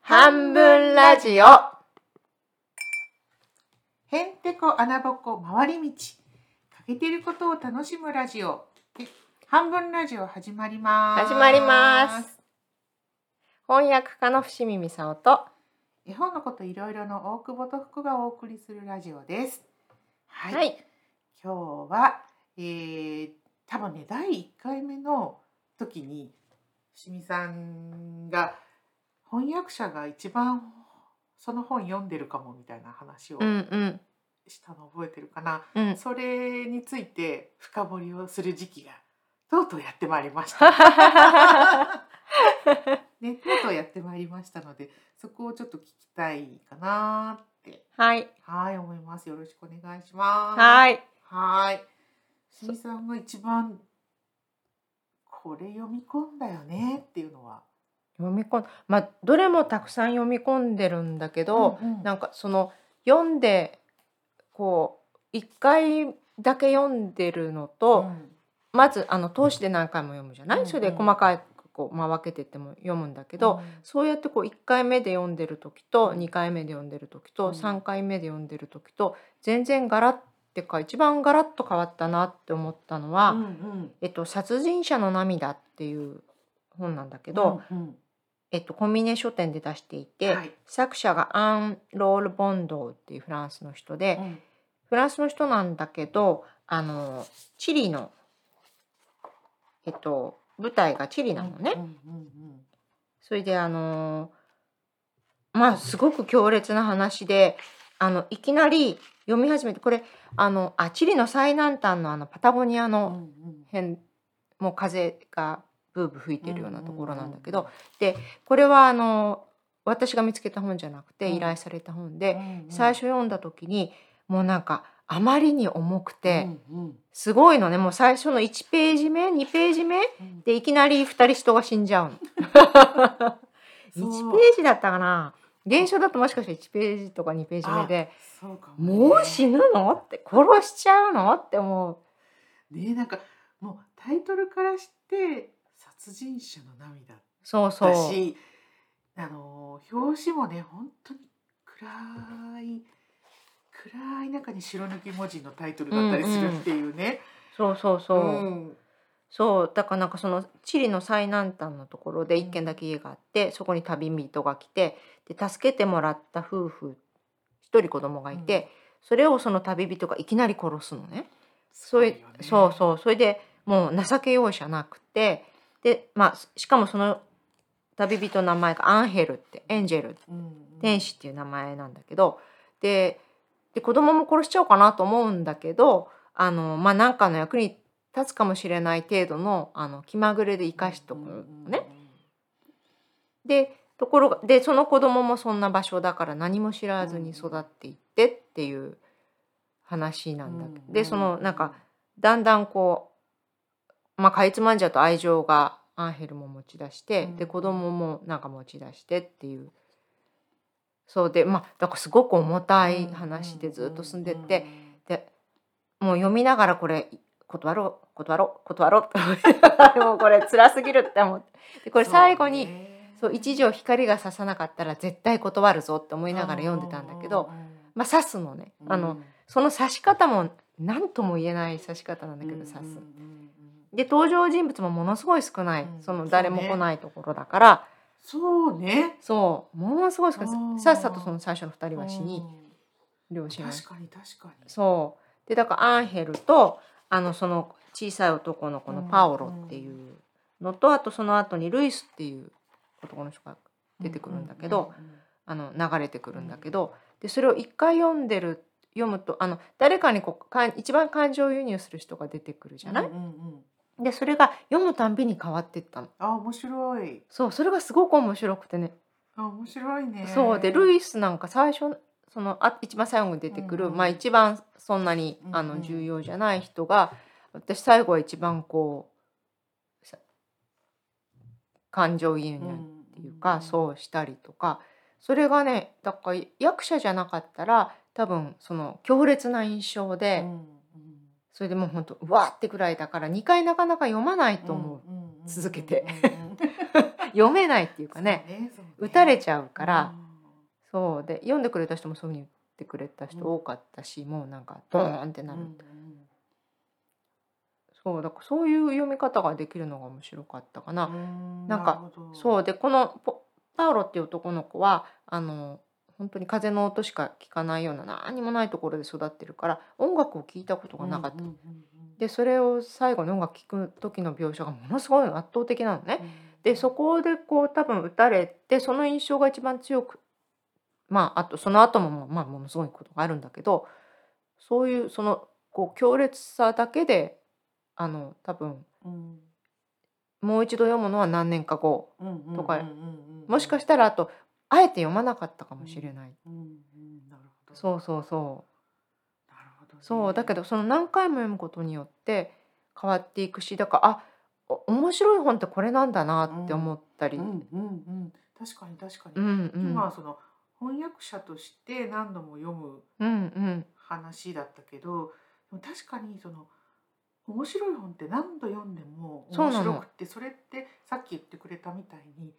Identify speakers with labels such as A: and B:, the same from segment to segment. A: 半分ラジオ
B: へんてこ穴ぼっこ回り道欠けてることを楽しむラジオで半分ラジオ始まります
A: 始まります翻訳家の伏見美沙とは
B: 絵本のこといろいろの大久保と福がお送りするラジオですはい、
A: い
B: 今日は、えー、多分ね第1回目の時に伏見さんが翻訳者が一番その本読んでるかもみたいな話を
A: うんうん
B: したの覚えてるかな、
A: うん
B: それについて深掘りをする時期がとうとうやってまいりまし た。
A: は
B: ね、とうとうやってまいりましたので、そこをちょっと聞きたいかなって、
A: い
B: はい、思います。よろしくお願いします。い。
A: はい
B: はい。しみさんが一番、これ読み込んだよねっていうのは。
A: 読み込んまあどれもたくさん読み込んでるんだけど、
B: うんうん
A: なんかその読んでこう一回だけ読んでるのと、
B: うん
A: まずあの通して何回も読むじゃない、
B: うんうん
A: それで細かくこう、まあ、分けてっても読むんだけど、、そうやってこう1回目で読んでる時と
B: うん
A: 2回目で読んでる時
B: う
A: と
B: ん
A: 3回目で読んでる時と全然ガラッてか一番ガラッと変わったなって思ったのは「
B: うんうん、
A: えっと、殺人者の涙」っていう本なんだけど、
B: うんうん、
A: えっと、コンビネ書店で出していて、
B: はい
A: 作者がアン・ロール・ボンドーっていうフランスの人で、
B: うん
A: フランスの人なんだけどあのチリの、えっと、舞台がチリなのね。
B: うんうん
A: それであのーまあすごく強烈な話であのいきなり読み始めてこれあのあチリの最南端のあのパタゴニア
B: うんうんう
A: の
B: ん
A: 辺もう風がブーブー吹いてるようなところなんだけど、
B: うん
A: これはあの私が見つけた本じゃなくて
B: うん
A: 依頼された本
B: う
A: で、
B: んうん、
A: 最初読んだ時にもうなんかあまりに重くて、
B: うんうん
A: すごいのねもう最初の1ページ目2ページ目
B: うん
A: でいきなり2人人が死んじゃうの。
B: そう
A: 1ページだったかな現象だともしかしたら1ページとか2ページ目で
B: そうか
A: 「
B: ね
A: もう死ぬの?」って「殺しちゃうの?」って思う
B: ねえなんかもうタイトルからして殺人者の涙
A: そうそう
B: だしあのー表紙もね本当に暗い暗い中に白抜き文字のタイトルだったりするっていうね。
A: そうそうそう、
B: うん
A: そうだからなんかそのチリの最南端のところで1軒だけ家があってそこに旅人が来てで助けてもらった夫婦1人子供がいて、それをその旅人がいきなり殺すのね。そ
B: ご
A: う
B: いよ
A: い
B: ね
A: そうそうそれでもう情け容赦なくてでまあしかもその旅人の名前がアンヘルってエンジェル
B: うんうん
A: 天使っていう名前なんだけどでで子供も殺しちゃおうかなと思うんだけどあのまあ何かの役に立つかもしれない程度のあの気まぐれで生かしとくのね。でところがでその子供もそんな場所だから何も知らずに育っていってっていう話なんだけど、でそのなんかだんだんこう、まあ、かいつまんじゃうと愛情がアンヘルも持ち出して、
B: うん
A: で子供もなんか持ち出してっていうそうでまあだからすごく重たい話でずっと進んでって、でもう読みながらこれ断ろう断ろう断ろうって もうこれ辛すぎるって思ってでこれ最後にそう,、一条光が刺さなかったら絶対断るぞって思いながら読んでたんだけど、まあ、刺すのね、あのその刺し方も何とも言えない刺し方なんだけど刺す。で登場人物もものすごい少ない、
B: うん
A: その
B: そう
A: 誰も
B: ね
A: 来ないところだから
B: そうね
A: そう,、ものすごい少な
B: あー
A: いさっさとその最初の2人は死に両親は
B: 確かに確かに
A: そうでだからアンヘルとあのその小さい男の子のパオロっていうのと、あとその後にルイスっていう男の人が出てくるんだけど、
B: うんうんうんうん
A: あの流れてくるんだけど、でそれを一回読んでる読むとあの誰かにこうかん一番感情輸入する人が出てくるじゃない、
B: うんうんうん
A: でそれが読むたんびに変わってったの。
B: あ面白い
A: そうそれがすごく面白くてね、
B: あ面白いね
A: そうでル
B: イ
A: イスなんか最初そのあ一番最後に出てくる、
B: うんうん
A: まあ一番そんなに、
B: うんうん
A: あの重要じゃない人が私最後は一番こうさ感情移入っていうか、そうしたりとかそれがねだから役者じゃなかったら多分その強烈な印象で、それでもうほんとうわーってくらいだから2回なかなか読まないと思う。続けて読めないっていうかね
B: そうね
A: 打たれちゃうから、
B: うん
A: そうで読んでくれた人もそういうふうに言ってくれた人多かったし、もうなんかドーンってなる、
B: うん
A: そうだからそういう読み方ができるのが面白かったかな。
B: うん
A: なんか
B: るほど
A: そうでこのポパウロっていう男の子はあの本当に風の音しか聞かないような何もないところで育ってるから音楽を聴いたことがなかった。
B: うんうんうん
A: でそれを最後に音楽聴く時の描写がものすごい圧倒的なのね。
B: うん
A: でそこでこう多分打たれてその印象が一番強くまああとその後もまあものすごいことがあるんだけどそういうそのこう強烈さだけであの多分
B: うん
A: もう一度読むのは何年か後
B: うんうんうん
A: とか
B: うんうんうん
A: もしかしたらあとあえて読まなかったかもしれない、
B: うんうんなるほど
A: そうそうそう
B: なるほどね
A: そうだけどその何回も読むことによって変わっていくしだからあお面白い本ってこれなんだなって思ったり、
B: う
A: うんん
B: うんうん確かに確か
A: う
B: に
A: ん、
B: 今はその翻訳者として何度も読む
A: うんうん
B: 話だったけどでも確かにその面白い本って何度読んでも
A: そう
B: 面
A: なの
B: 白くってそれってさっき言ってくれたみたいに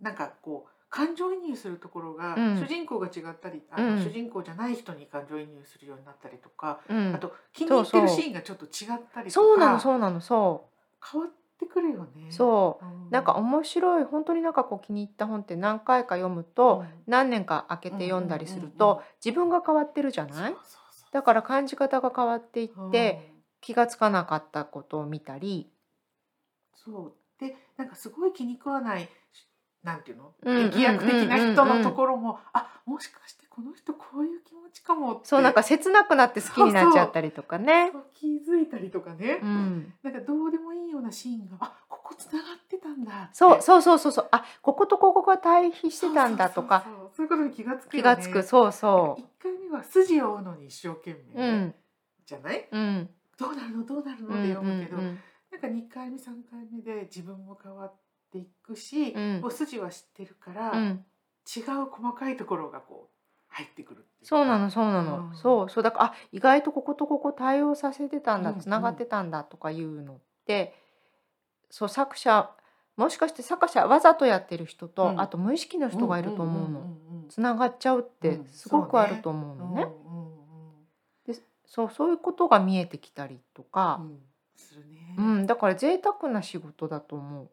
B: なんかこう感情移入するところが、
A: うん
B: 主人公が違ったりあの、
A: うん
B: 主人公じゃない人に感情移入するようになったりとか、
A: うん
B: あと気に入ってる
A: そうそう
B: シーンがちょっと違ったりとか
A: そうなのそうなのそ
B: 変わってくるよね。
A: うそううんなんか面白い本当になんかこう気に入った本って何回か読む
B: う
A: と
B: ん
A: 何年か空けて読んだりする
B: うんうんうん
A: と自分が変わってるじゃない
B: そうそうそう
A: だから感じ方が変わっていって
B: うん
A: 気がつかなかったことを見たり
B: そうでなんかすごい気に食わないしなんていうの
A: うんうんうんうんうん
B: 劇薬的な人のところもあもしかしてこの人こういう気持ちかもって
A: そうなんか切なくなって好きになっちゃったりとかね。
B: そう気づいたりとかね、
A: うん
B: なんかどうでもいいようなシーンがあここつながってたんだって
A: そうそうそうそうそうあこことここが対比してたんだとか
B: そうそうそうそういうことに気がつく
A: 気
B: よね
A: がつくそうそ
B: 1回目は筋を追うのに一生懸
A: う。う
B: 命、
A: ん
B: じゃない
A: うん
B: どうなるのどうなる
A: う
B: の
A: ん
B: っ
A: う
B: て
A: ん
B: 読むけど、
A: うん
B: なんか2回目3回目で自分も変わっていくし、
A: うん
B: もう筋は知ってるから、
A: うん
B: 違う細かいところがこう入ってくるっていか
A: そうなのそうなの、
B: うん
A: そうそうだからあ意外とこことここ対応させてたんだ
B: うん
A: つながってたんだとかいうのって、そう作者もしかして作者はわざとやってる人と、
B: うん
A: あと無意識の人がいると思うの、
B: んんん
A: つながっちゃうって
B: うん
A: すごく
B: そう
A: あ
B: ね
A: ると思うの
B: うん
A: ね。
B: うん
A: でそうそういうことが見えてきたりと
B: う
A: か、
B: んうんするね
A: うんだから贅沢な仕事だと思う。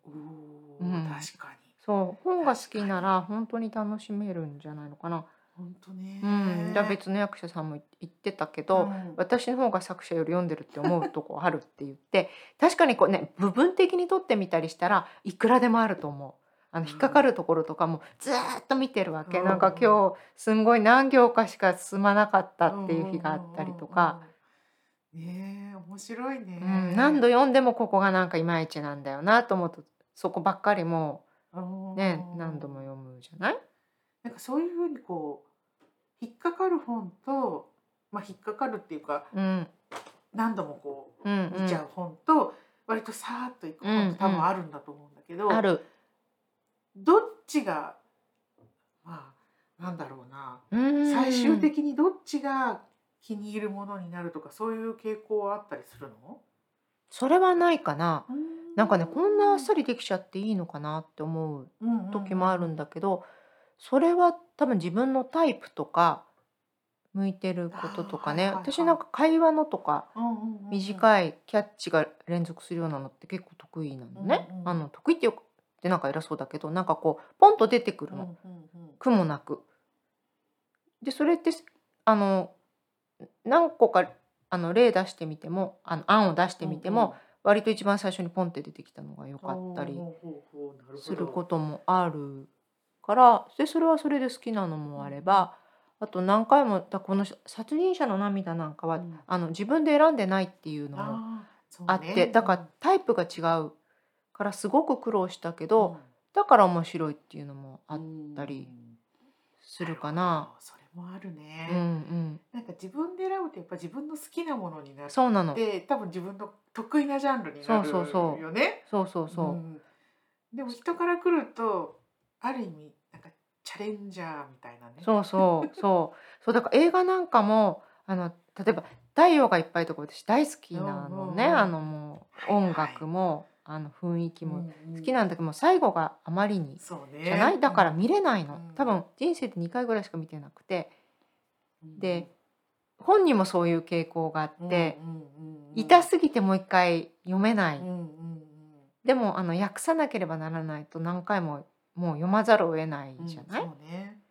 B: お
A: う
B: ー
A: ん
B: 確かに
A: そう本が好きなら本当に楽しめるんじゃないのかな。
B: 本当ね
A: うん、だから別の役者さんも言ってたけど、
B: うん
A: 私の方が作者より読んでるって思うとこあるって言って確かにこうね部分的に取ってみたりしたらいくらでもあると思う。あの
B: うん
A: 引っかかるところとかもずーっと見てるわけ、
B: うん
A: なんか今日すんごい何行かしか進まなかったっていう日があったりとか、
B: うんうんうんうんねえ面白いね
A: うん、何度読んでもここがなんかいまいちなんだよなと思うとそこばっかりもうね
B: うん
A: 何度も読むじゃない、
B: なんかそういうふうにこう引っかかる本とまあ引っかかるっていうか
A: うん
B: 何度もこう
A: うんうん
B: 見ちゃう本と、割とさーっといく本って多分あるんだと思うんだけど、
A: ある、
B: どっちがまあなんだろうな、
A: うん
B: 最終的にどっちが気に入るものになるとかそういう傾向はあったりするの
A: それはないかな。なんかねこんなあっさ
B: り
A: りできちゃっていいのかなって思う時もあるんだけどそれは多分自分のタイプとか向いてることとかね
B: あーはいはいはい
A: 私なんか会話のとか
B: い
A: 短いキャッチが連続するようなのって結構得意なのね
B: うんうん
A: あの得意ってよくってなんか偉そうだけどなんかこうポンと出てくるの苦もなく。でそれってあの何個かあの例出してみてもあの案を出してみても、割と一番最初にポンって出てきたのが良かったりすることともあるからでそれはそれで好きなのもあればあと何回もだこの「殺人者の涙」なんかは、あの自分で選んでないっていうのもあって、だからタイプが違うからすごく苦労したけど、だから面白いっていうのもあったりするかな。
B: それもあるね、
A: うんうん、
B: なんか自分で選ぶとやっぱ自分の好きなものになる
A: そうなの
B: で多分自分の得意なジャンルになる
A: そうそうそう
B: よね。
A: そうそうそう、
B: んでも人から来るとある意味なんかチャレンジャーみたいなね。
A: そうそう そうそうだから映画なんかもあの例えば「太陽がいっぱい」とか私大好きなのね、
B: うんうんうん
A: あのもう音楽もあの雰囲気も
B: 好
A: 好きなんだけどもう最後があまりに
B: そうね
A: じゃないだから見れないの、
B: うん
A: 多分人生で2回ぐらいしか見てなくて
B: うん
A: で本人もそういう傾向があって、
B: うんうんうん
A: 痛すぎてもう一回読めない、
B: うんうん
A: でもあの訳さなければならないと何回ももう読まざるを得ない
B: うん
A: じゃない、
B: うんそうね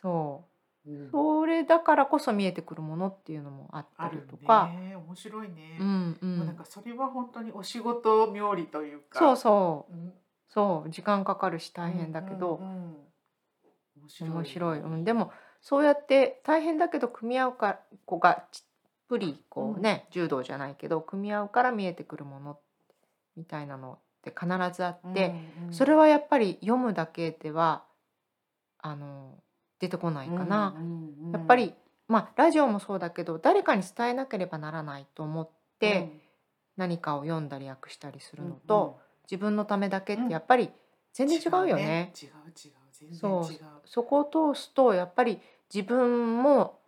A: そう
B: うん
A: それだからこそ見えてくるものっていうのもあった
B: あ
A: り
B: る
A: と
B: と
A: か、
B: 面白いね
A: う、んう
B: もうなん
A: ん、
B: かそれは本当にお仕事冥利というか
A: そうそう
B: うん、
A: そう時間かかるし大変だけど、
B: うんうんうん面白い
A: 面白い、うん、でもそうやって大変だけど組み合うか子がちっぷりこうね、柔道じゃないけど組み合うから見えてくるものみたいなのって必ずあって、、
B: うんうん
A: それはやっぱり読むだけではあの出てこないかな。
B: うんうんうん
A: やっぱり、まあ、ラジオもそうだけど誰かに伝えなければならないと思って、何かを読んだり訳したりするのと、自分のためだけってやっぱり
B: うん
A: 全然違うよね。
B: 違う違う全然違う
A: そうそこを通すとやっぱり自分も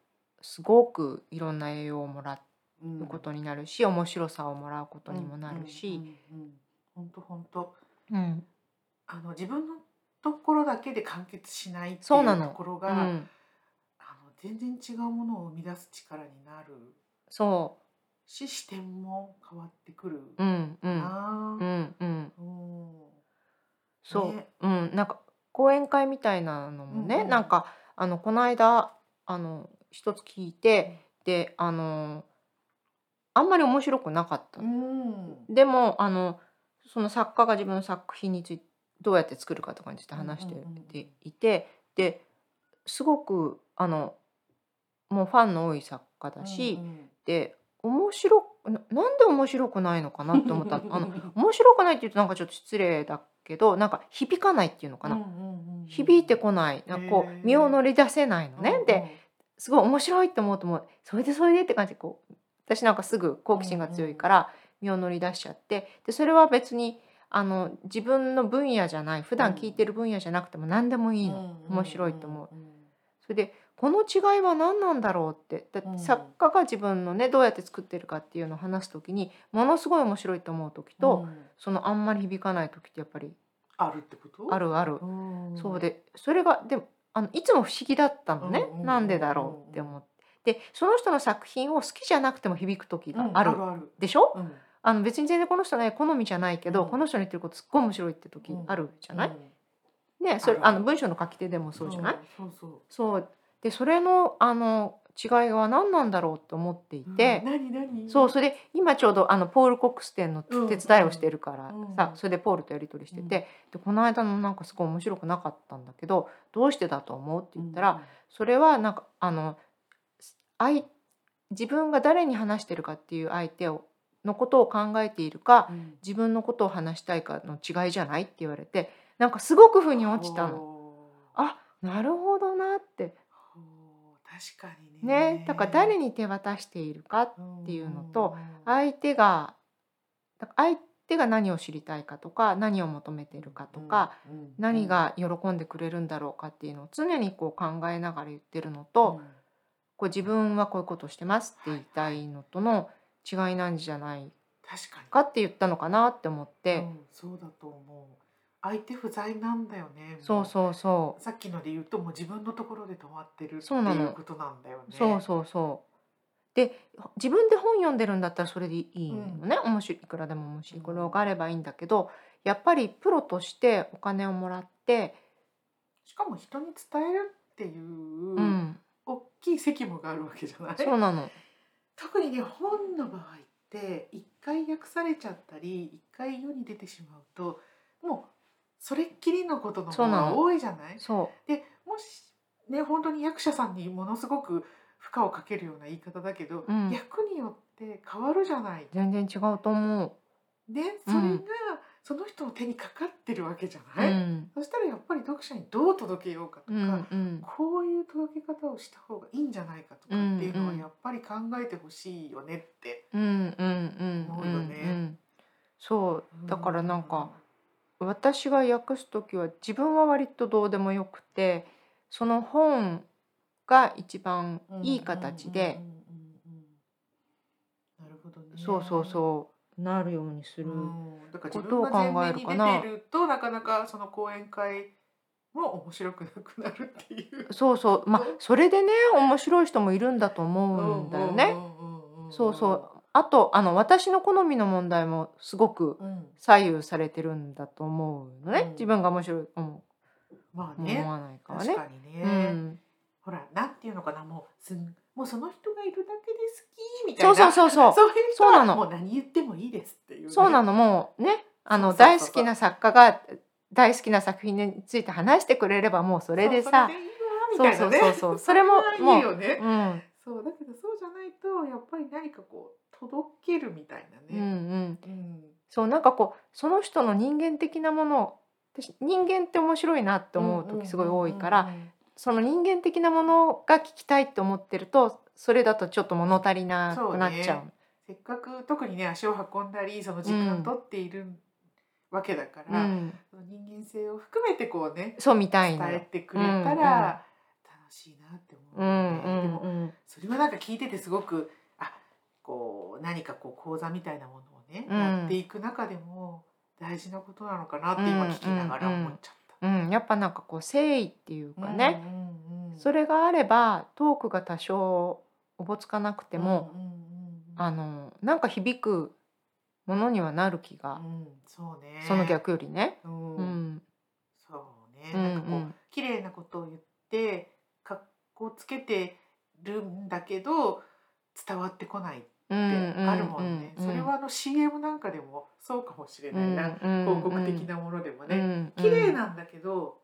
A: すごくいろんな栄養をもら
B: うん
A: うことになるし、面白さをもらうことにもなるし、
B: 本当本当
A: うん
B: あの自分のところだけで完結しないってい
A: そうな
B: う
A: の
B: ところ
A: う
B: が、
A: ん
B: あの全然違うものを生み出す力になる
A: そ
B: し視点も変わってくる
A: う、うんうん
B: な
A: う
B: あ、
A: んうん、
B: うん
A: そう、
B: ね
A: うん、なんか講演会みたいなのもね、
B: うんうん
A: なんかあのこの間あの一つ聞いて、であのあんまり面白くなかった、
B: うん
A: でもあのその作家が自分の作品についてどうやって作るかとかについて話して
B: うんうんうんうん
A: ていて、ですごくあのもうファンの多い作家だし、
B: うん
A: で面白くななんで面白くないのかなって思ったのあの 面白くないって言うとなんかちょっと失礼だけどなんか響かないっていうのかな、
B: うんうんうん
A: 響いてこないなんかこ
B: へー
A: う身を乗り出せないのね、
B: うん
A: で、すごい面白いって思うともうそれでそれでって感じでこう私なんかすぐ好奇心が強いから身を乗り出しちゃってでそれは別にあの自分の分野じゃない普段聞いてる分野じゃなくても何でもいいの、面白いと思う。それでこの違いは何なんだろうってだっ
B: うん
A: て作家が自分のねどうやって作ってるかっていうのを話す時にものすごい面白いと思う時と、
B: うん
A: そのあんまり響かない時ってやっぱり
B: あるってこと
A: あるある、
B: うん
A: そうでそれがでもあのいつも不思議だったのね、
B: うんうんうん
A: なんでだろうって思ってでその人の作品を好きじゃなくても響く時
B: うん
A: がある、
B: あるある
A: でしょ
B: うん
A: あの別に全然この人ね好みじゃないけど、
B: うん
A: この人の言ってることすっごい面白いって時
B: うん
A: あるじゃない、
B: うん
A: ねそれ
B: あるあ
A: あ
B: る
A: の文章の書き手でもそうじゃない、
B: そうそう
A: そうでそれのあの違いは何なんだろうと思っていて、
B: 何何
A: そうそれで今ちょうどあのポール・コックス店の
B: うん
A: 手伝いをしてるから
B: うん
A: さ、それでポールとやり取りしてて、でこの間のなんかすごい面白くなかったんだけどどうしてだと思うって言ったら、それはなんかあの相自分が誰に話してるかっていう相手をのことを考えているか
B: うん
A: 自分のことを話したいかの違いじゃないって言われてなんかすごく腑に落ちたの。
B: の
A: あなるほどなって
B: 確かにね
A: ね、だから誰に手渡しているか
B: って
A: いうのと相手がだから相手が何を知りたいかとか何を求めているかとか、何が喜んでくれるんだろうかっていうのを常にこう考えながら言ってるのと、こう自分はこういうことをしてますって言いたいのとの違いなんじゃない
B: 確かに
A: かって言ったのかなって思って、
B: うんそうだと思う相手不在なんだよね
A: そうそうそう
B: さっきので言うともう自分のところで止まってるって
A: そうなの
B: いうことなんだよね
A: う、そうそうそう。で自分で本読んでるんだったらそれでいいのね、面白いいくらでも面白いこれがあればいいんだけどやっぱりプロとしてお金をもらって、
B: しかも人に伝えるっていう、
A: うん、
B: 大きい責務があるわけじゃない
A: そうなの。
B: 特にね本の場合って一回訳されちゃったり一回世に出てしまうともうそれっきりのことの
A: そう
B: 方
A: な
B: が
A: の
B: 多いじゃない
A: そ
B: でもしね本当に役者さんにものすごく負荷をかけるような言い方だけど、
A: うん。
B: 役によって変わるじゃないう
A: 全然違うと思
B: ね
A: う
B: それが
A: ん
B: その人の手にかかってるわけじゃ
A: う。
B: ない、
A: うん
B: そしたらやっぱり読者にどう届けようかとか、
A: うんうん
B: こういう届け方をした方がいいんじゃないかとかっていうの
A: う
B: は
A: んうん
B: やっぱり考えてほしいよねって。
A: うんうんうん
B: 思
A: う
B: うよ
A: ん
B: ね
A: うん。そうだからなんか私が訳す時は自分は割とどうでもよくてその本が一番いい形で、
B: うんうんうんうんうんなるほどね。
A: そうそうそうなるようにする。
B: うんだから
A: こ
B: 自
A: と
B: 分
A: を
B: が
A: 考
B: 前
A: え
B: 面
A: る
B: に
A: か
B: 出
A: な
B: てるとなかなかその講演会も面白くなくなるっていう。
A: そうそうまあそれでね面白い人もいるんだと思うんだよね。
B: んんんんん。
A: そうそうあとあの私の好みの問題もすごく
B: うん。
A: 左右されてるんだと思うのね、
B: うん
A: 自分が面白い思
B: まあ
A: う思
B: ね。
A: わないから
B: 確
A: ね。
B: かに
A: う
B: ね。
A: ん、
B: ほらなんていうのかなもうすんもうその人がいるだけで好きみたい
A: そ
B: な。
A: うそうそうそう
B: そういう人
A: そうな
B: は
A: の
B: もう何言ってもいいですっていうね。
A: そうなのもうねあの
B: そうそうそう
A: 大好きな作家が大好きな作品について話してくれればもうそ
B: そ
A: れでさ
B: うそれでいいわみたいな
A: そうそう
B: ね
A: そうそうそれも
B: れはいいよね
A: う。ん
B: そうだけどそうじゃないとやっぱり何かこう届けるみたいな
A: うんう
B: ね。
A: ん
B: うん。
A: そうなんかこうその人の人間的なものを私人間って面白いなって思う時すごい多いから、
B: うんうんうんうん。
A: その人間的なものが聞きたいって思ってるとそれだとちょっと物足りなくなっちゃう
B: そせっかく特にね足を運んだりその時間を取っているわけだか
A: う,、
B: ら、
A: ん、
B: その人間性を含めてこうね
A: そうみたい
B: 伝
A: な
B: えてくれ
A: うんう
B: た
A: ん
B: ら楽しいなって
A: うん
B: 思う、
A: う
B: ねで
A: ん
B: も
A: うん
B: それはなんか聞いててすごくあこう何かこう講座みたいなものをね、
A: うん
B: やっていく中でも大事なことなのかなって今聞きながら思っちゃっ
A: うん、やっぱなんかこう誠意っていう
B: た。
A: かね、
B: うんうんうん
A: それがあればトークが多少おぼつかなくても、、
B: うんうんうんうん
A: あのなんか響くものにはなる気が、
B: うん、そうね
A: その、逆よりね。
B: うん
A: うん、
B: そうね、
A: うん
B: なんかこ
A: う
B: う、
A: ん
B: 綺麗なことを言って格好つけてるんだけど伝わってこないって
A: うん、
B: あるもんね、
A: うん
B: それはあの CM なんかでもそうかもしれないな、広告的なものでも
A: うんう
B: ね、
A: ん、
B: 綺麗なんだけど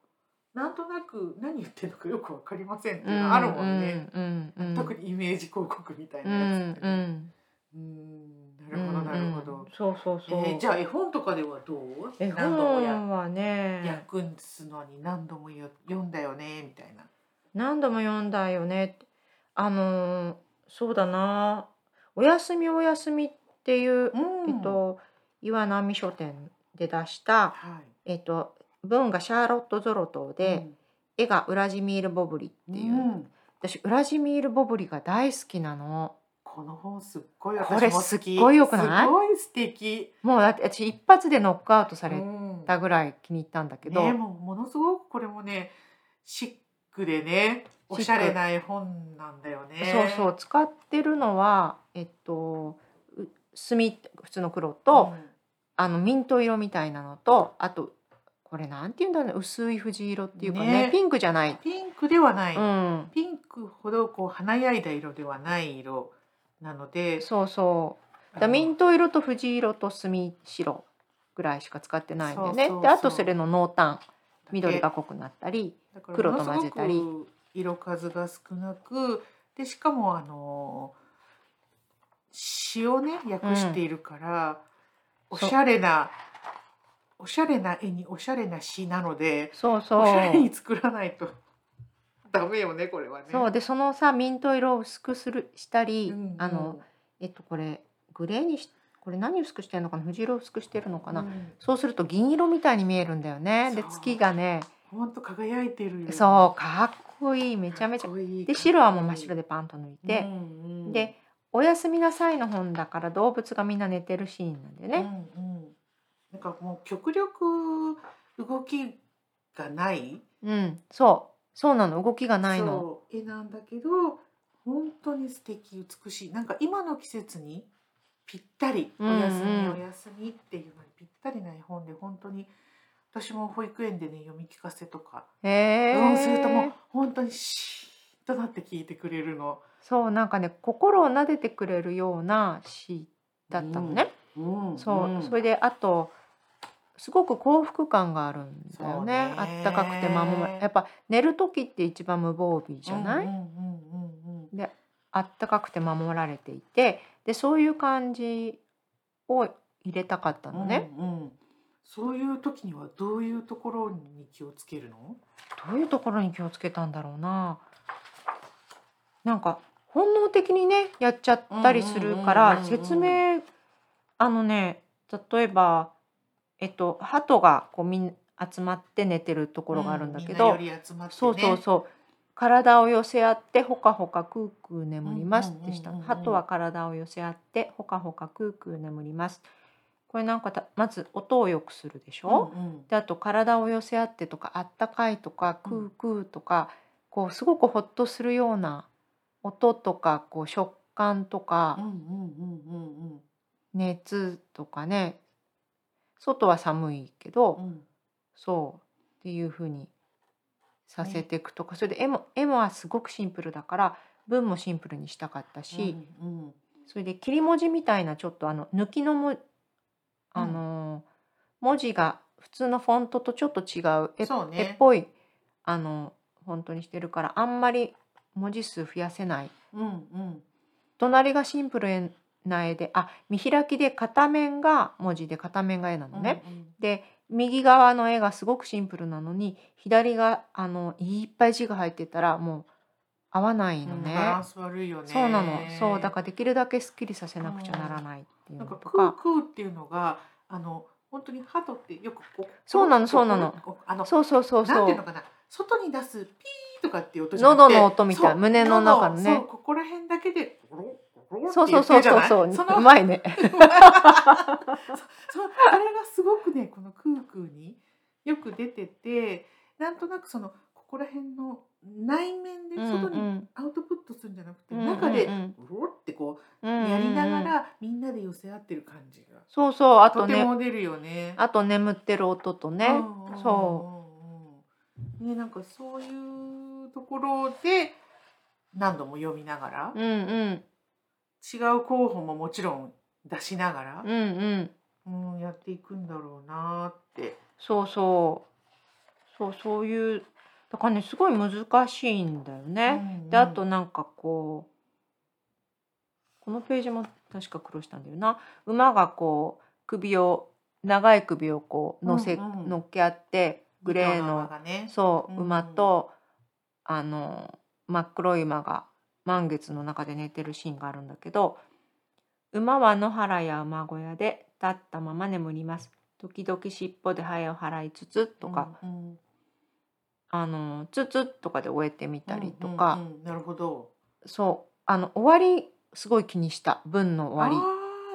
B: なんとなく何言ってるのかよくわかりませんっていうのあるもんね、
A: うんうんうん、
B: 特にイメージ広告みたいなやつって
A: うんう
B: ね、
A: ん
B: うんなるほどなるほど、
A: うんうんそうそうそう、
B: えーじゃあ絵本とかではどう
A: 絵
B: 何度もやっ
A: 本はね
B: 訳すのに何度もよ読んだよねみたいな。
A: 何度も読んだよねあのーそうだな「おやすみおやすみ」っていう、えっと岩波書店で出した、
B: は
A: えっと、文がシャーロット・ゾロトー
B: い、
A: で、絵がウラジミール・ボブリっていう、
B: うん
A: 私ウラジミール・ボブリが大好きなの
B: この本すっごい
A: これ
B: 私も好き
A: すっごい良くない
B: すごい素敵
A: もうだって私一発でノックアウトされ
B: うん
A: たぐらい気に入ったんだけど、
B: ねもうものすごくこれもねシックでね
A: ック
B: おしゃれな絵本なんだよね
A: そうそう使ってるのはえっとう墨普通の黒と、あのミント色みたいなのとあとこれなんて言うんだろうね薄い藤色っていうかね
B: ね
A: ピンクじゃな
B: うん
A: い、
B: ピンクではない、
A: うん、
B: ピンクほどこう華やいだ色ではない色なので
A: そうそうだ
B: あ
A: から
B: の
A: ミント色と藤色と墨白ぐらいしか使ってないんだよね
B: そうそうそう
A: であとそれの濃淡緑が濃くなったり
B: だから
A: 黒と混ぜたり
B: ものすごく色数が少なくでしかもあの詩をね訳しているから、
A: うん
B: おしゃれなおしゃれな絵におしゃれな詩なので
A: そうそう
B: おしゃれに作らないと ダメよねこれはね。
A: そうでそのさミント色を薄くするしたり、
B: うんうん
A: あのえっとこれグレーにしこれ何薄くしてるのかな藤色薄くしてるのかな、
B: うん
A: そうすると銀色みたいに見えるんだよねで
B: そう
A: 月がね
B: ほんと輝いてるよね
A: そうかっこいいめちゃめちゃ
B: かっこいい
A: で白はもう真っ白でパンと抜いて、
B: うんうん
A: で「おやすみなさい」の本だから動物がみんな寝てるシーンなんでね、
B: うんうん、なんかもう極力動きがない
A: うんそうそうなの動きがないの
B: そう絵なんだけど本当に素敵美しいなんか今の季節にぴったり「お
A: うんうん
B: やすみおやすみ」っていうのにぴったりな絵本で本当に私も保育園でね読み聞かせとか、
A: へ
B: うんするとも
A: え
B: う本当にシーッとなって聞いてくれるの。
A: そうなんかね心を撫でてくれるような詩だったのね、
B: うん
A: そう、
B: ん
A: それであとすごく幸福感があるんだよね
B: そうね
A: あったかくてまもやっぱ寝る時って一番無防備じゃない、
B: うんうんうんうん
A: あったかくて守られていてでそういう感じを入れたかった
B: うん
A: のね、
B: うんうんそういう時にはどういうところに気をつけるの？
A: どういうところに気をつけたんだろうななんか本能的にねやっちゃったりするか
B: うんうん
A: ら
B: うんうんうん
A: 説明あのね例えばえっと鳩がこうみん集まって寝てるところがあるんだけど、
B: うみなより集まってね、
A: そうそうそう体を寄せ合ってほかほかくうくう眠ります
B: うんうんうんうん
A: でした鳩は体を寄せ合ってほかほかくうくう眠りますこれなんかたまず音を良くするでしょ、
B: うん
A: であと体を寄せ合ってとかあったかいとかクークーとか、こうすごくホッとするような音とかこう食感と
B: うんう
A: か
B: んうんうんうん
A: 熱とかね外は寒いけど、
B: うん
A: そうっていう風にさせていくとか、それで絵も絵もはすごくシンプルだから文もシンプルにしたかったし、
B: うんうん
A: それで切り文字みたいなちょっとあの抜きのもあのー文字が普通のフォントとちょっと違う絵
B: そう
A: 絵っ
B: ね
A: ぽいあの本当にしてるからあんまり文字数増やせない
B: うんうん
A: 隣がシンプルな絵であ見開きで片面が文字で片面が絵なのね、で右側の絵がすごくシンプルなのに左があのいっぱい字が入ってたらもう合わないの
B: うん
A: ね、
B: バランス悪いよね
A: そうなのそうだからできるだけすっきりさせなくちゃならないっていう
B: な
A: の
B: ん
A: と
B: か
A: か
B: クークーっていうのがあの本当に鳩ってよくこう
A: そうなのそうなの
B: こうあの
A: そうそうそう
B: なん
A: そ
B: ていうの
A: う
B: かな外に出すピーとかっていう音じゃなくて
A: 喉の音みたい
B: そう
A: 胸の中のね
B: 喉そうここら辺だけでゴロゴロ
A: そう
B: って言
A: そう
B: って
A: そう
B: るじゃ
A: そう
B: ない
A: そう
B: そうの
A: まいね
B: そうあれがすごくねこのクークーによく出ててなんとなくそのここら辺の内面で外
A: うんう
B: に
A: ん
B: アウトプットするんじゃなくて、
A: うんうんうん
B: 中でゴロってこ
A: う
B: うん
A: うんうん
B: やりながらみんなで寄せ合ってる感じが
A: そうそうあと
B: とて
A: ね
B: も出るよね。
A: あと眠ってる音とねそう
B: うんうんうんうんねなんかそういうところで何度も読みながら、
A: うんうん
B: 違う候補ももちろん出しながら
A: うん、うん
B: うんやっていくんだろうなって。
A: そうそうそうそういうだからねすごい難しいんだよね、
B: うんうん
A: であとなんかこうこのページも確か苦労したんだよな馬がこう首を長い首をこう乗せ、
B: うんうん
A: 乗っけ合ってグレー
B: 糸
A: の
B: 馬がね
A: そう、
B: うん
A: 馬とあの真っ黒い馬が満月の中で寝てるシーンがあるんだけど馬は野原や馬小屋で立ったまま眠ります時々尻尾でハエを払いつつとか、、
B: うんうん
A: あのつつとかで終えてみたりとか、
B: うんうんうんなるほど。
A: そうあの終わりすごい気にした文の終わ
B: あ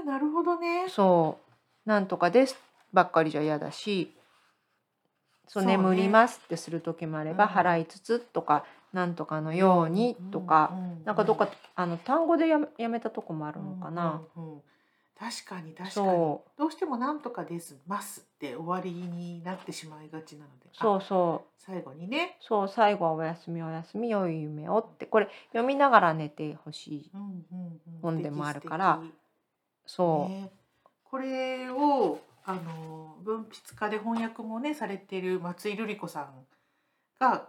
B: あなるほどね
A: り。そうなんとかですばっかりじゃ嫌だしそう
B: そうね
A: 眠りますってする時もあれば、
B: うん
A: 払いつつとかなんとかのようにとか、
B: ううう
A: なんかどっかあの単語でやめやめたとこもあるのかな。。
B: うんうんうん確かに確かにど
A: そう
B: うしてもなんとかですますって終わりになってしまいがちなのであ
A: そうそう
B: 最後にね、
A: そう最後はおやすみおやすみ良い夢をってこれ読みながら寝てほしい
B: うんうんうん、
A: 本でもあるからそう、
B: ね、これをあの文筆家で翻訳もねされている松井瑠璃子さんが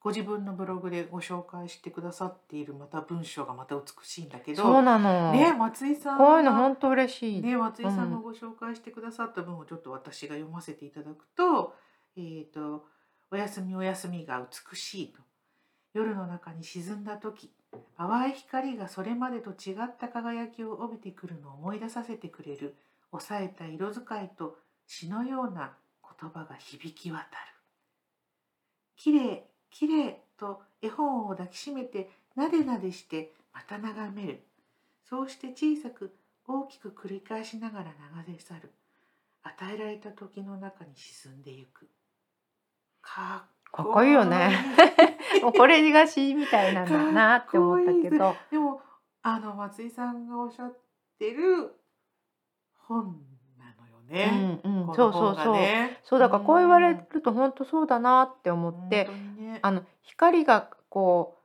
B: ご自分のブログでご紹介してくださっているまた文章がまた美しいんだけ
A: そう
B: ど、
A: なの、
B: ね、松井さん
A: こういうの
B: が
A: 本当嬉しい、
B: ね、松井さん
A: う
B: の
A: ん
B: ご紹介してくださった文をちょっと私が読ませていただくと「えー、とおやすみおやすみが美しい」と「夜の中に沈んだ時淡い光がそれまでと違った輝きを帯びてくるのを思い出させてくれる抑えた色使いと詩のような言葉が響き渡る」「きれいきれい」と絵本を抱きしめてなでなでしてまた眺めるそうして小さく大きく繰り返しながら流れ去る与えられた時の中に沈んでゆくかっ
A: かっこいいよねもう これが詩みたいなんだなって思ったけど
B: でもあの松井さんがおっしゃってる本なのよね、
A: うんうん
B: こ
A: そ
B: の
A: うそう
B: 本が
A: そう、
B: ね
A: そうだからこう言われ
B: ん
A: ると本当そうだなって思って
B: 本、当にね
A: あの光がこ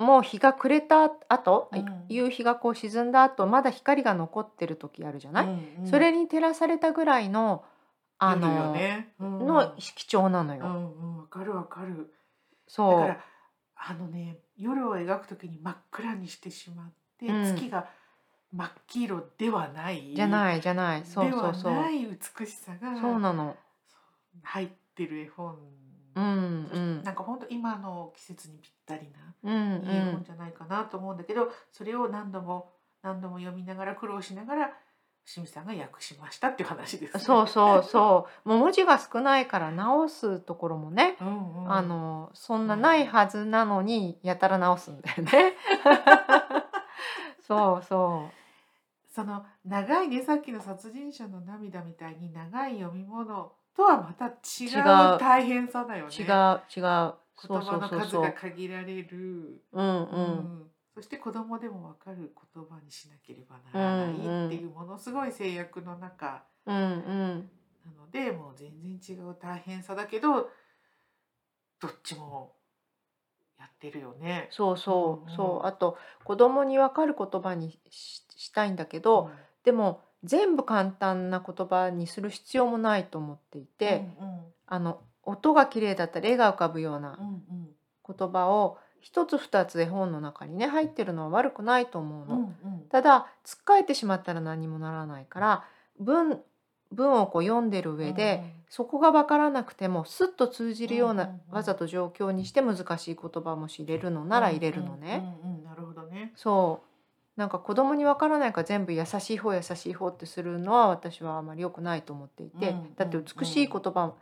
A: うもう日が暮れた後、
B: うん
A: 夕日がこう沈んだ後まだ光が残ってる時あるじゃない、
B: うんうん
A: それに照らされたぐらいのあ
B: 夜よ
A: の、
B: ねうん
A: の貴重なのよ、
B: うんうんわかるわかるだ
A: そ
B: か
A: う
B: らあのね夜を描くときに真っ暗にしてしまって、
A: うん
B: 月が真っ黄色ではない
A: じゃないじゃないそう
B: で
A: そ
B: は
A: うそう
B: ない美しさが
A: そうなの
B: 入ってる絵本、
A: うんうん
B: なんか本当今の季節にぴったり
A: う
B: なんいい絵本じゃないかなと思うんだけど、それを何度も何度も読みながら苦労しながら清水さんが訳しましたっていう話です、
A: うん
B: ね。
A: そうそうそうもう文字が少ないから直すところもね
B: う、んうん、
A: あのそんなないはずなの にやたら直すんだよね。そうそ
B: その長いねさっきの殺人者の涙みたいに長い読み物とはまた違
A: 違う
B: う大変さだよね。
A: 違う違うそ
B: 言
A: うそ
B: 葉
A: う
B: の
A: そう
B: 数
A: そ
B: が
A: う
B: 限られる。
A: うんう
B: うんんそして子供でもわかる言葉にしなければならないっていうものすごい制約の中
A: うんうん
B: なのでもう全然違う大変さだけどどっちもやってるよね。
A: そうそ
B: うんう
A: うんそうあと子供に分かる言葉にししたいんだけど、
B: ん
A: でも全部簡単な言葉にする必要もないと思っていて、
B: うん
A: あの音が綺麗だったり絵が浮かぶような
B: うんうん
A: 言葉を一つ二つ絵本の中にね入ってるのは悪くないと思う
B: う
A: の。
B: んうん
A: ただつっかえてしまったら何にもならないから文文をこう読んでる上で、そこが分からなくてもスッと通じるような、
B: うんうんうん
A: わざと状況にして難しい言葉もし入れるのなら入れるのね。
B: うんうんうんなるほどね。
A: そうなんか子供にわからないから全部優しい方優しい方ってするのは私はあまり良くないと思っていて、
B: うんうん
A: だって美しい言葉、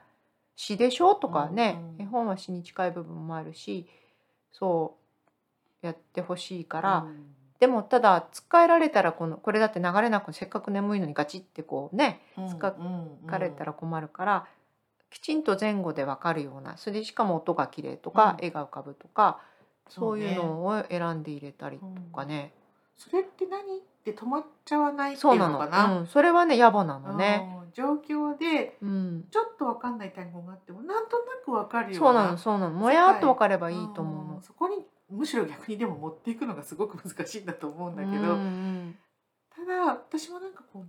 A: 詩でしょとかね、
B: うんうん
A: 絵本は詩に近い部分もあるしそうやってほしいから、
B: うん
A: でもただつっかえられたらこのこれだって流れなくせっかく眠いのにガチってこうね
B: うん
A: 疲
B: うん
A: 疲れたら困るから、きちんと前後でわかるようなそれでしかも音が綺麗とか、
B: うん
A: 絵が浮かぶとか
B: そ
A: そうう
B: ね
A: いうのを選んで入れたりと
B: うん
A: かね。
B: それって何って止まっちゃわないってい
A: そう
B: う
A: な
B: の
A: の
B: かな。
A: うん、それはね野暮なのね。
B: うん状況で
A: うん、
B: ちょっとわかんない単語があってもなんとなくわかるような
A: そうなのそうなの。もやっと分かればいいと思うの
B: ん。そこにむしろ逆にでも持っていくのがすごく難しいんだと思うんだけど、
A: うん
B: ただ私もなんかこう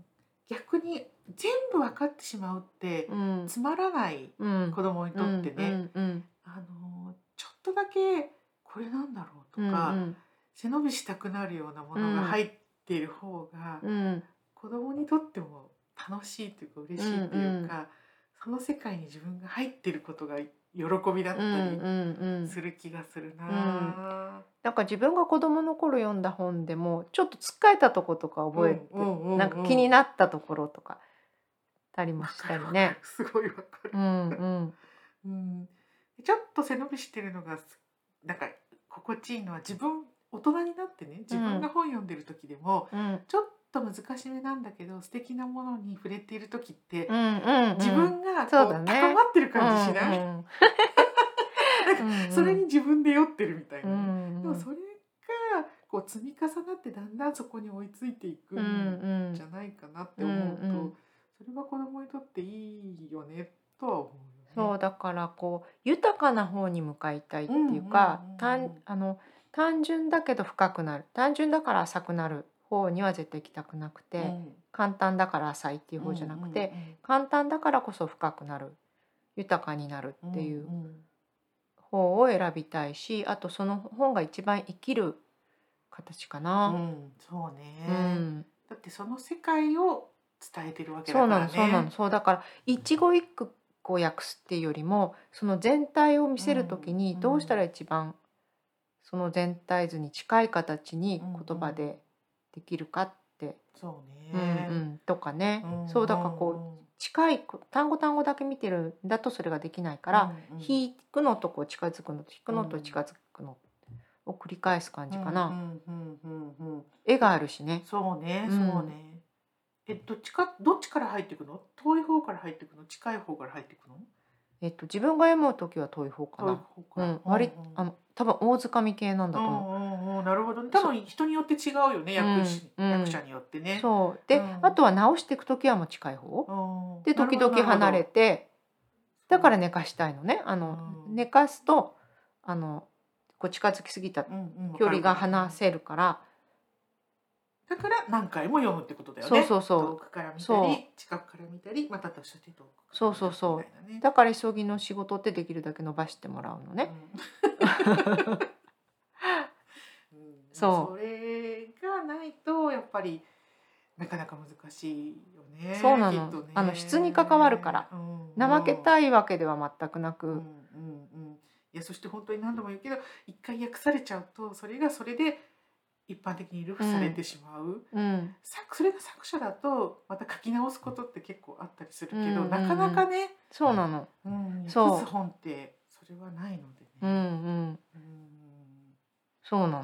B: 逆に全部分かってしまうって
A: うん
B: つまらない
A: うん、
B: 子供にとってね、
A: うんうん
B: あのちょっとだけこれなんだろう
A: うん
B: とか、
A: うん
B: 背伸びしたくなるようなものが入っている方が、
A: うん
B: 子供にとっても楽しいというか嬉しいというか、その世界に自分が入っていることが喜びだっ
A: うんうん
B: た
A: うん
B: りする気がするな、
A: なんか自分が子供の頃読んだ本でもちょっとつっかえたとことか覚えて、
B: うんうんうんうん
A: なんか気になったところとかたりも
B: わ
A: し
B: か
A: た
B: る
A: り
B: わか
A: ね
B: る。すごいわかる
A: う、んうん
B: うんちょっと背伸びしてるのがすなんか心地いいのは自分大人になってね自分が本読んでる時でも、
A: うん
B: ちょっと難しめなんだけど素敵なものに触れている時って、
A: うんうんうん。
B: 自分がこう
A: そうだね
B: 高まってる感じしない、
A: うんうん
B: それに自分で酔ってるみたいな
A: う
B: ね、
A: ん
B: で
A: う
B: も
A: ん
B: それがこう積み重なってだんだんそこに追いついていく
A: うんん
B: じゃないかなって思うと、
A: うんうん
B: それは子供にとっていいよねとは思う
A: そ
B: よ
A: う
B: ね。
A: だからこう豊かな方に向かいたいっていうか、
B: うんうんうんうん
A: 単あの単純だけど深くなる単純だから浅くなる方には絶対行きたくなくて、簡単だから浅いっていう方じゃなくて、簡単だからこそ深くなる豊かになるっていう方を選びたいしあとその本が一番生きる形か
B: う
A: な。
B: ん、そうね、
A: うん
B: だってその世界を伝えてるわけだ
A: そう
B: か
A: な
B: らね。
A: のそうなのそうだから一期一句を訳すっていうよりもその全体を見せるとき
B: う
A: に
B: ん
A: どうしたら一番その全体図に近い形に言葉でできるかって、
B: そう
A: うん
B: ね。
A: うん、とかね、
B: ん
A: そうだからこう近い単語単語だけ見てるんだとそれができないか、、
B: からうんうん
A: 引くのとこう近づくのと引くのと近づくのを繰り返す感じかな、
B: うんうんうんうんうん
A: 絵があるしね
B: そうね、
A: うん
B: そうね。え、どっちか、どっちから入っていくの遠い方から入っていくの近い方から入っていくの
A: えっと、自分が読む時は遠い方か
B: 遠い
A: な。
B: 方か
A: う
B: ら。
A: ん、割あの多分大掴み系なんだ
B: う
A: と
B: ん
A: 思
B: うんうん、なるほどね。多分人によって違うよね、役し
A: うん
B: 役者によって
A: う。
B: ね。
A: そうで、
B: うん
A: あとは直していく時はもう近い方
B: うん
A: で時々離れ。て
B: な
A: だ
B: るほど
A: から、寝かしたいのねあの、
B: うん
A: 寝かすとあのこう近づきすぎた
B: うんうん
A: 距離が離。
B: わかる
A: せるから、
B: だから何回も読むってことだよね。
A: そうそう
B: 遠
A: そ
B: くから見た
A: そう
B: り、近くから見たり、またとして遠くから見たり
A: そうそうそう
B: みたいなね
A: うだから急ぎの仕事ってできるだけ伸ばしてもらうのね。
B: うんうん
A: そう
B: それがないとやっぱりなかなか難しいよね。
A: そうなの
B: きっとね
A: あの質に関わるから。
B: うん
A: 怠けた
B: い。
A: いわけでは全くな
B: うんう
A: く、
B: んうん。いやそして本当に何度も言うけど一回訳されちゃうとそれがそれで一般的にルフされてしまう。
A: うん、
B: さそれが作者だとまた書き直すことって結構あったりするけど、
A: うんうんうん
B: なかなかね、
A: そうなの。
B: うん、訳す
A: そう
B: 本ってそれはないので
A: うんう
B: ね。
A: ん、
B: うん
A: そうなの。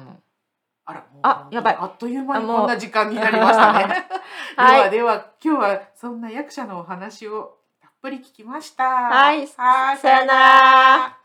B: あら、もう
A: あやばい
B: あっという間に
A: あもう
B: こんな時間になりましたね。
A: はい
B: ではでは今日はそんな役者のお話をたっぷり聞きました。
A: はい
B: はい
A: さよなら。